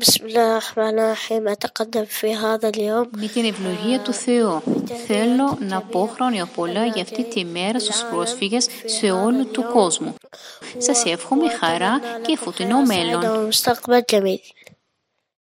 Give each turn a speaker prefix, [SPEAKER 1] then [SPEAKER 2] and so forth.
[SPEAKER 1] بسم الله الرحمن الرحيم أتقدم في هذا اليوم
[SPEAKER 2] με την ευλογία του Θεού. Θέλω να πω χρόνια πολλά για αυτή τη μέρα στους πρόσφυγες σε όλο του κόσμου. Σας εύχομαι χαρά και φωτεινό μέλλον.
[SPEAKER 1] ومستقبل جميل